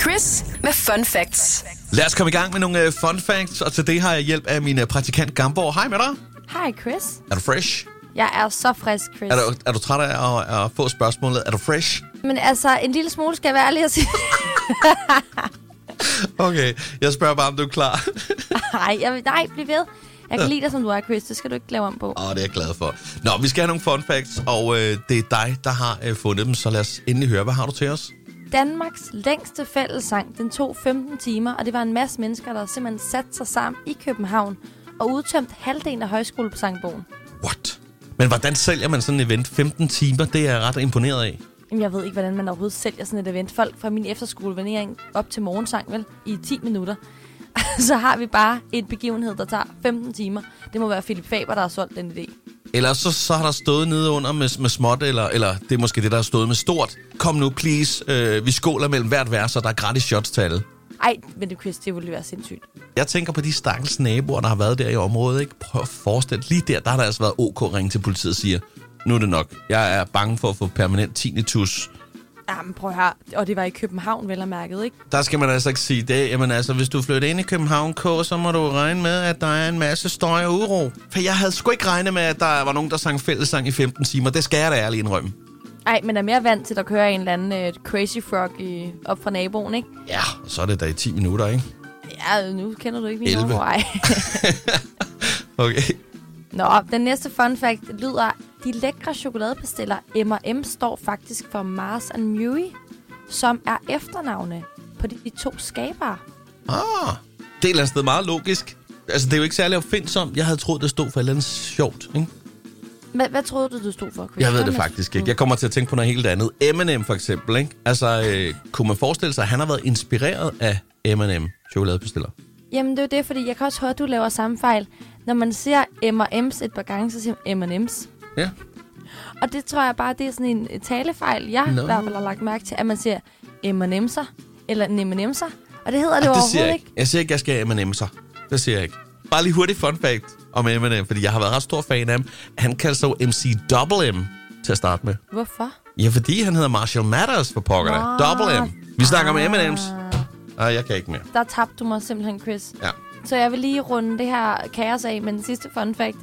Chris med Fun Facts. Lad os komme i gang med nogle øh, fun facts, og til det har jeg hjælp af min øh, praktikant Gamborg. Hej med dig. Hej, Chris. Er du fresh? Jeg er så frisk, Chris. Er du, er du træt af at, at få spørgsmålet? Er du fresh? Men altså, en lille smule skal jeg være ærlig og sige. Okay, jeg spørger bare, om du er klar. nej, jeg, vil- nej, bliv ved. Jeg kan lide dig, som du er, Chris. Det skal du ikke lave om på. Åh, oh, det er jeg glad for. Nå, vi skal have nogle fun facts, og øh, det er dig, der har øh, fundet dem, så lad os endelig høre, hvad har du til os? Danmarks længste fællessang, den tog 15 timer, og det var en masse mennesker, der simpelthen satte sig sammen i København og udtømt halvdelen af højskolesangbogen. What? Men hvordan sælger man sådan et event? 15 timer, det er jeg ret imponeret af. Jamen, jeg ved ikke, hvordan man overhovedet sælger sådan et event. Folk fra min efterskole vender ikke engang op til morgensang, vel, i 10 minutter. Så har vi bare et begivenhed, der tager 15 timer. Det må være Philip Faber, der har solgt den idé. Ellers så, så har der stået nede under med, med småt, eller, eller det er måske det, der har stået med stort. Kom nu, please. Øh, vi skåler mellem hvert vers, og der er gratis shots til alle. Ej, men det, Chris, det ville være sindssygt. Jeg tænker på de stakkels naboer, der har været der i området. Ikke? Prøv at forestille dig. Lige der, der har der altså været OK at ringe til politiet og siger, nu er det nok. Jeg er bange for at få permanent tinnitus. Jamen, prøv her. Og det var i København, vel og mærket, ikke? Der skal man altså ikke sige det. Jamen altså, hvis du flytter ind i København K, så må du regne med, at der er en masse støj og uro. For jeg havde sgu ikke regnet med, at der var nogen, der sang fællessang i 15 timer. Det skal jeg da ærligt indrømme. Ej, men er mere vant til at køre en eller anden øh, crazy frog i, op fra naboen, ikke? Ja, og så er det da i 10 minutter, ikke? Ja, nu kender du ikke min 11. nummer. Ej. Okay. Nå, den næste fun fact lyder, de lækre chokoladepastiller M&M står faktisk for Mars and Mui, som er efternavne på de, de to skabere. Ah, det er et eller andet sted meget logisk. Altså, det er jo ikke særlig opfindsomt. Jeg havde troet, det stod for et eller andet sjovt, ikke? Hvad, hvad troede du, du stod for, Chris? Jeg ved Kom det med- Mm. faktisk ikke. Jeg kommer til at tænke på noget helt andet. M&M for eksempel, ikke? Altså, øh, kunne man forestille sig, at han har været inspireret af M&M chokoladepastiller? Jamen, det er jo det, fordi jeg kan også høre, at du laver samme fejl. Når man siger M&M's et par gange, så siger man M&M's. Ja. Og det tror jeg bare, det er sådan en talefejl, jeg Nå. no. i hvert fald har lagt mærke til, at man siger M&M'ser, eller M&M'ser, og det hedder Ej, Ah, det det, siger overhovedet jeg ikke. ikke. Jeg siger ikke, jeg skal have M&M'ser. Det siger jeg ikke. Bare lige hurtigt fun fact om M&M, fordi jeg har været ret stor fan af ham. Han kaldte sig jo MC Double M til at starte med. Hvorfor? Ja, fordi han hedder Marshall Matters for pokkerne. Nå. Double M. Vi snakker om M&M's. Ej, jeg kan ikke mere. Der tabte du mig simpelthen, Chris. Ja. Så jeg vil lige runde det her kaos af med den sidste fun fact.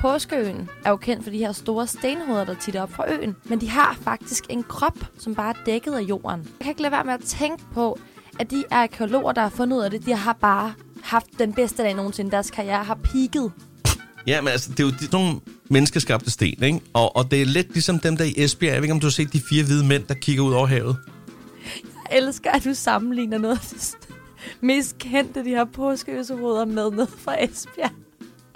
Påskeøen er jo kendt for de her store stenhoveder, der tit er op fra øen. Men de har faktisk en krop, som bare er dækket af jorden. Jeg kan ikke lade være med at tænke på, at de arkeologer, der har fundet ud af det, de har bare haft den bedste dag nogensinde. Deres karriere har peaked. Ja, men altså, det er jo de- sådan nogle menneskeskabte sten, ikke? Og, og det er lidt ligesom dem der i Esbjerg. Jeg ved ikke, om du har set de fire hvide mænd, der kigger ud over havet. Jeg elsker, at du sammenligner noget af det mest kendte, de her påskeøsehoveder med noget fra Esbjerg.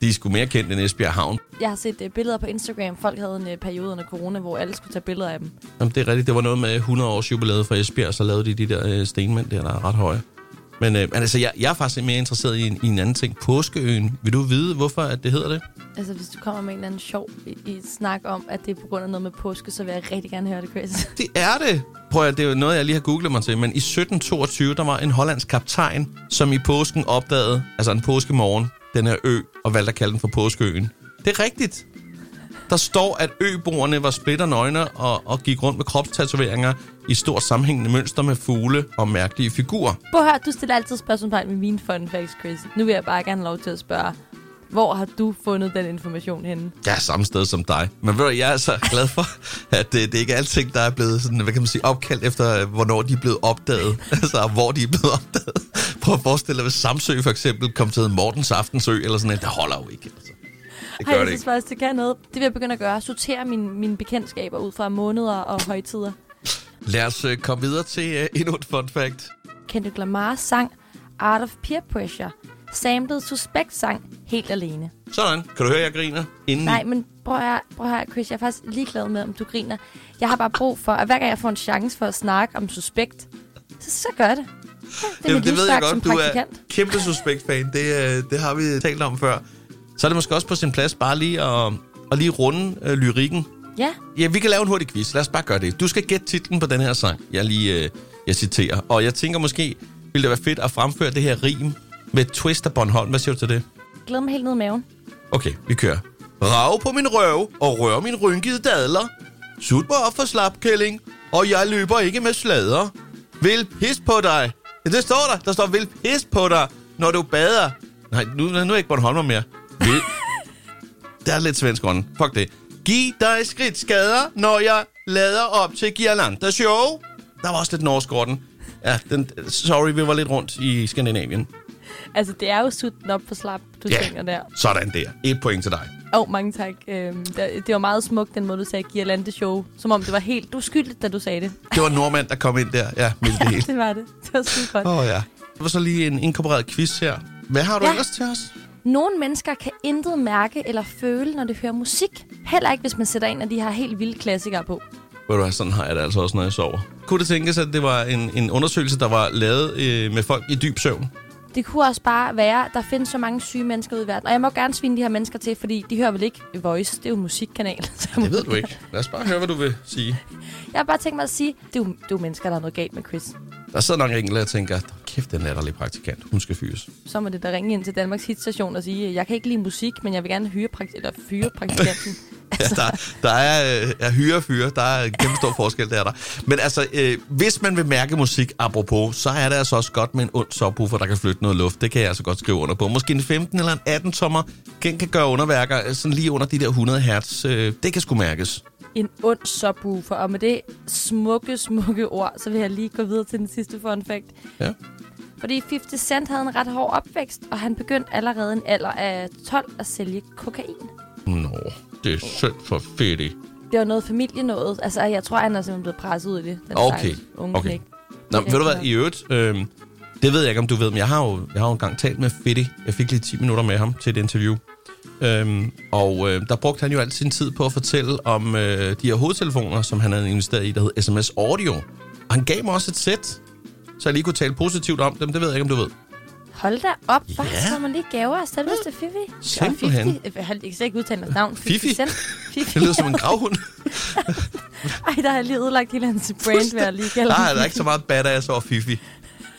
De er sgu mere kendt end Esbjerg Havn. Jeg har set øh, billeder på Instagram. Folk havde en øh, periode under corona, hvor alle skulle tage billeder af dem. Jamen, det er rigtigt. Det var noget med 100 års jubilæet for Esbjerg, så lavede de de der øh, stenmænd der, der er ret høje. Men øh, altså, jeg, jeg er faktisk mere interesseret i en, i en anden ting. Påskeøen. Vil du vide, hvorfor at det hedder det? Altså, hvis du kommer med en eller anden sjov i, i snak om, at det er på grund af noget med påske, så vil jeg rigtig gerne høre det, Chris. Det er det. Prøv at det er jo noget, jeg lige har googlet mig til, men i 1722, der var en hollandsk kaptajn, som i påsken opdagede, altså en påskemorgen, den her ø, og valgte at kalde den for Påskeøen. Det er rigtigt. Der står, at øboerne var splitter nøgne og, og gik rundt med kropstatoveringer i stort sammenhængende mønster med fugle og mærkelige figurer. Prøv at høre, du stiller altid spørgsmål med mine fun facts, Chris. Nu vil jeg bare gerne have lov til at spørge, hvor har du fundet den information henne? Jeg er samme sted som dig. Men ved du, jeg er så glad for, at det, det er ikke er alting, der er blevet sådan, hvad kan man sige, opkaldt efter, øh, hvornår de er blevet opdaget. altså, og hvor de er blevet opdaget. Prøv at forestille dig, hvis Samsø for eksempel kom til Mortens Aftensø, eller sådan noget. Det holder jo ikke, altså. Det gør Har jeg det synes ikke. faktisk, det kan noget. Det vil jeg begynde at gøre. Sortere mine, mine bekendtskaber ud fra måneder og højtider. Lad os øh, komme videre til øh, endnu et fun fact. Kendrick Lamar's sang Art of Peer Pressure samlede Suspekt sang helt alene. Sådan. Kan du høre, jeg griner? Inden Nej, men prøv at, høre- prøv at høre, Chris, jeg er faktisk ligeglad med, om du griner. Jeg har bare brug for, at hver gang jeg får en chance for at snakke om suspekt, så, så gør jeg det. Ja, Det er Jamen, mit livsværk som Du er praktikant. kæmpe suspekt-fan. Det, øh, det har vi talt om før. Så er det måske også på sin plads bare lige at, at lige runde øh, lyrikken Ja, Ja, vi kan lave en hurtig quiz. Lad os bare gøre det. Du skal gætte titlen på den her sang, jeg lige øh, jeg citerer. Og jeg tænker måske, ville det være fedt at fremføre det her rim med et twist af Bornholm. Hvad siger du til det? glæder mig helt ned i maven. Okay, vi kører. Rave på min røv og rør min rynkede dadler. Sut mig op for slapkælling, og jeg løber ikke med slader. Vil pis på dig, Ja, det står der. Der står, vil pisse på dig, når du bader. Nej, nu, nu er jeg ikke Bornholmer mere. Vil. der er lidt svensk ånd. Fuck det. Giv dig skridt skader, når jeg lader op til Girlanda Show. Der var også lidt norsk over den. Ja, den, sorry, vi var lidt rundt i Skandinavien. Altså, det er jo sutten op for slap, du Ja. yeah. synger der. Sådan der. Et point til dig. Åh, oh, mange tak. Øhm, der, det var meget smukt, den måde, du sagde Girlande Show. Som om det var helt uskyldigt, da du sagde det. Det var en nordmand, der kom ind der. Ja, med det hele. det var det. Det var super godt. Åh oh, ja. Det var så lige en inkorporeret quiz her. Hvad har du ja. Ja. ellers til os? Nogle mennesker kan intet mærke eller føle, når de hører musik. Heller ikke, hvis man sætter en af de her helt vilde klassikere på. Ved du hvad, sådan har jeg det altså også, når jeg sover. Kunne det tænkes, at det var en, en undersøgelse, der var lavet øh, med folk i dyb søvn? Det kunne også bare være, at der findes så mange syge mennesker ude i verden. Og jeg må gerne svine de her mennesker til, fordi de hører vel ikke Voice. Det er jo en musikkanal. Så Det ved du ikke. Lad os bare høre, hvad du vil sige. Jeg har bare tænkt mig at sige, det er jo, det er jo mennesker, der har noget galt med Chris. Der sidder nok enkelte, der tænker, kæft, den latterlige praktikant. Hun skal fyres. Så må det da ringe ind til Danmarks hitstation og sige, jeg kan ikke lide musik, men jeg vil gerne hyre praktik- eller fyre praktikanten. Ja, der, der er, øh, er hyre og fyre. Der er en kæmpe stor forskel, der er der. Men altså, øh, hvis man vil mærke musik apropos, så er det altså også godt med en ond subwoofer, der kan flytte noget luft. Det kan jeg altså godt skrive under på. Måske en 15 eller en 18 tommer kan, kan gøre underværker øh, sådan lige under de der 100 hertz. Øh, det kan sgu mærkes. en ond subwoofer. Og med det smukke, smukke ord, så vil jeg lige gå videre til den sidste fun fact. Ja. Fordi 50 Cent havde en ret hård opvækst, og han begyndte allerede en alder af 12 at sælge kokain. Nå, det er synd for fedt. Det var noget familienået. Altså, jeg tror, han er simpelthen blevet presset ud i det. Den Okay, stakkels Unge okay. knægt. Nå, Det er ved du hvad, rigtigt i øvrigt, øh, det ved jeg ikke, om du ved, men jeg har jo, jeg har jo engang talt med Fitty. Jeg fik lige 10 minutter med ham til et interview. Øhm, og øh, der brugte han jo al sin tid på at fortælle om øh, de her hovedtelefoner, som han havde investeret i, der hed SMS Audio. Og han gav mig også et sæt, så jeg lige kunne tale positivt om dem. Det ved jeg ikke, om du ved. Hold da op. Hvor Ja. yeah. man lige gaver af selveste Fifi? Ja, Simpelthen. Fifi. Øh, Hold, jeg kan slet ikke udtale hans navn. Fifi? Cent. Fifi. Det lyder som en gravhund. Ej, der har jeg lige ødelagt hele hans brand, hvad jeg lige kalder Nej, ham. der er ikke så meget badass over Fifi.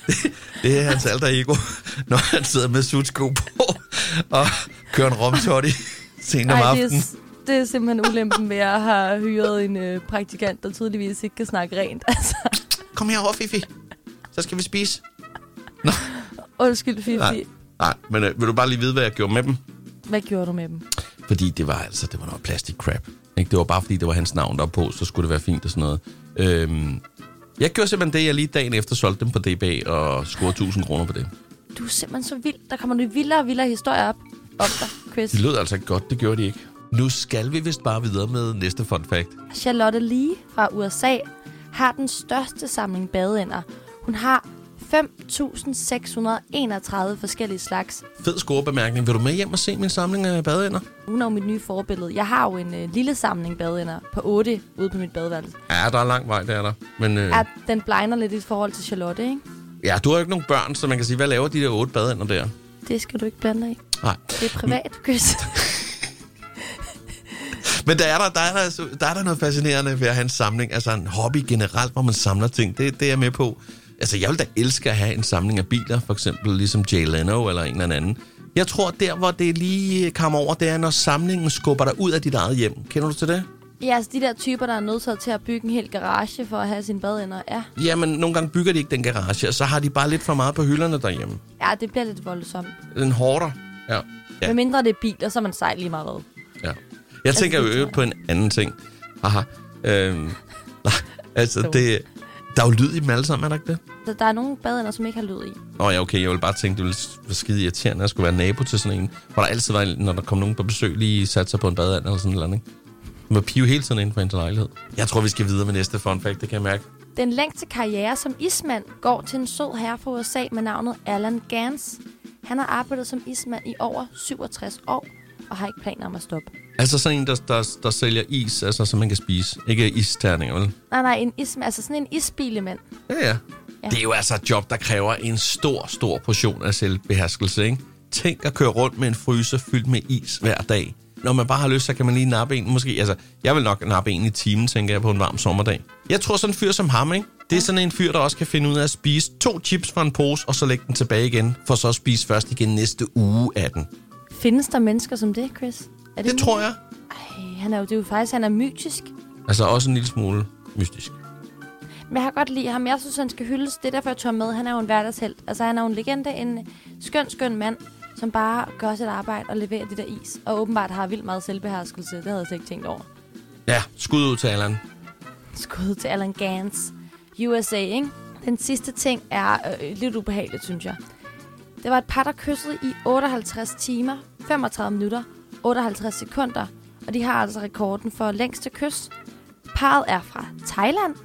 Det- Det er hans alter ego, når han sidder med sutsko på og kører en romtotti senere om Ej, det er, aftenen. s- det er simpelthen ulempen ved at have hyret en øh, praktikant, der tydeligvis ikke kan snakke rent. Altså, Kom herover, Fifi. Så skal vi spise. undskyld, Fifi. Nej, nej men øh, vil du bare lige vide, hvad jeg gjorde med dem? Hvad gjorde du med dem? Fordi det var altså, det var noget plastik crap. Ikke? Det var bare fordi, det var hans navn der var på, så skulle det være fint og sådan noget. Øhm, jeg gjorde simpelthen det, jeg lige dagen efter solgte dem på DB og scorede 1000 kroner på det. Du er simpelthen så vild. Der kommer nogle vildere og vildere historier op om dig, Chris. Det lød altså ikke godt, det gjorde de ikke. Nu skal vi vist bare videre med næste fun fact. Charlotte Lee fra USA har den største samling badeænder. Hun har 5.631 forskellige slags. Fed scorebemærkning. Vil du med hjem og se min samling af badeænder? Hun er jo mit nye forbillede. Jeg har jo en øh, lille samling badeænder på 8 ude på mit badeværelse. Ja, der er lang vej, det er der. Men øh, At den blegner lidt i forhold til Charlotte, ikke? ja, du har jo ikke nogen børn, så man kan sige, hvad laver de der otte badeænder der? Det skal du ikke blande dig i. Nej. Det er privat, Chris. Men der er der, der, er der, altså- der er der noget fascinerende ved at have en samling. Altså en hobby generelt, hvor man samler ting. Det, det er jeg med på. Altså, jeg vil da elske at have en samling af biler, for eksempel ligesom Jay Leno eller en eller anden. Jeg tror, der hvor det lige kommer over, det er, når samlingen skubber dig ud af dit eget hjem. Kender du til det? ja, altså de der typer, der er nødt til at bygge en hel garage for at have sine badeænder. Ja. Jamen, nogle gange bygger de ikke den garage, og så har de bare lidt for meget på hylderne derhjemme. ja, det bliver lidt voldsomt. En hårder. Ja. Ja. Med mindre det er biler, så er man sej lige meget hvad. Ja. Jeg tænker jo det tror øvrigt jeg. på en anden ting. Haha. Øhm, nej, altså, det, der er jo lyd i dem alle sammen, er der ikke det? Så der er nogle badeænder, som ikke har lyd i. Nå ja, okay, jeg ville bare tænke, det ville s- være skide irriterende at skulle være nabo til sådan en, hvor der altid var, en- når der kom nogen på besøg, lige satte sig på en badeand eller sådan noget, ikke? Man må pive hele tiden inden for hendes lejlighed. Jeg tror, vi skal videre med næste fun fact, det kan jeg mærke. Den længste karriere som ismand går til en sød herre fra USA med navnet Alan Gans. Han har arbejdet som ismand i over 67 år og har ikke planer om at stoppe. Altså sådan en, der, der, der sælger is, altså som man kan spise. Ikke isterninger, vel? Nej, nej, en ismand, altså sådan en isbilemand. Ja, ja. Ja. Det er jo altså et job, der kræver en stor, stor portion af selvbeherskelse, ikke? Tænk at køre rundt med en fryser fyldt med is hver dag. Når man bare har lyst, så kan man lige nappe en. Måske, altså, jeg vil nok nappe en i timen, tænker jeg, på en varm sommerdag. Jeg tror sådan en fyr som ham, ikke? Det er sådan en fyr, der også kan finde ud af at spise to chips fra en pose, og så lægge den tilbage igen, for så at spise først igen næste uge af den. Findes der mennesker som det, Chris? Er Det tror jeg. Ej, han er jo, det er jo faktisk, han er mytisk. Altså også en lille smule mystisk. Men jeg kan godt lide ham. Jeg synes, han skal hyldes. Det er derfor, jeg tør med. Han er jo en hverdagshelt. Altså, han er jo en legende. En skøn, skøn mand, som bare gør sit arbejde og leverer det der is. Og åbenbart har vildt meget selvbeherskelse. Det havde jeg slet ikke tænkt over. Ja, skud ud til Allan. Skud til Alan Gans. USA, ikke? Den sidste ting er øh, lidt ubehageligt, synes jeg. Det var et par, der kyssede i 58 timer, 35 minutter, 58 sekunder. Og de har altså rekorden for længste kys. Parret er fra Thailand.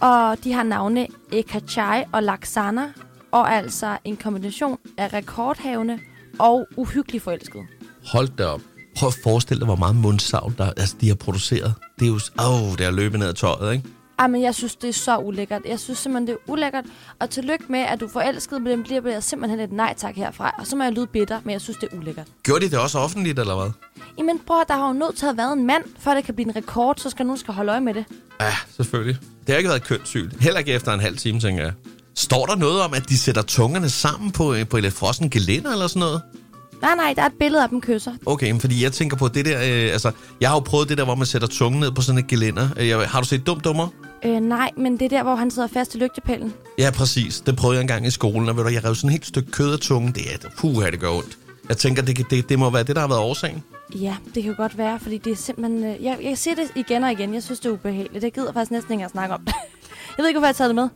Og de har navne Ekachai og Laksana. Og altså en kombination af rekordhavende og uhyggelig forelsket. Hold da op. Prøv at forestille dig, hvor meget mundsavl, der, altså, de har produceret. Det er jo... s- Åh, oh, det er løbet ned af tøjet, ikke? Ej, men jeg synes, det er så ulækkert. Jeg synes simpelthen, det er ulækkert. Og tillykke med, at du er forelsket, men det bliver, bliver simpelthen et nej tak herfra. Og så må jeg lyde bitter, men jeg synes, det er ulækkert. Gjorde de det også offentligt, eller hvad? Jamen bror, der har jo nødt til at have været en mand, før det kan blive en rekord, så skal nogen skal holde øje med det. Ja, selvfølgelig. Det har ikke været kønssygt. Heller ikke efter en halv time, tænker jeg. Står der noget om, at de sætter tungerne sammen på, øh, på et frossen gelænder eller sådan noget? Nej, nej, der er et billede af dem kysser. Okay, men fordi jeg tænker på det der, øh, altså, jeg har jo prøvet det der, hvor man sætter tungen ned på sådan et gelænder. Øh, Jeg, har du set Dum Dummer? Øh, nej, men det er der, hvor han sidder fast i lygtepælen. Ja, præcis. Det prøvede jeg engang i skolen, og ved du, jeg rev sådan et helt stykke kød af tungen. Det er, puha, det gør ondt. Jeg tænker, det, kan- det, det må være det, der har været årsagen. Ja, det kan godt være, fordi det er simpelthen... Øh, jeg, jeg siger det igen og igen, jeg synes, det er ubehageligt. Jeg gider faktisk næsten ikke at snakke om det. jeg ved ikke, hvorfor jeg har taget det med.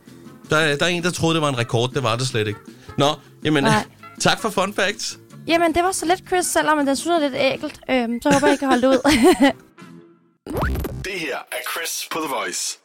Der, der er en, der troede, det var en rekord. Det var det slet ikke. Nå, jamen, Nej. tak for fun facts. Jamen, det var så lidt, Chris, selvom den synes er lidt ægelt. Øhm, så håber jeg, I kan holde det ud. Det her er Chris på The Voice.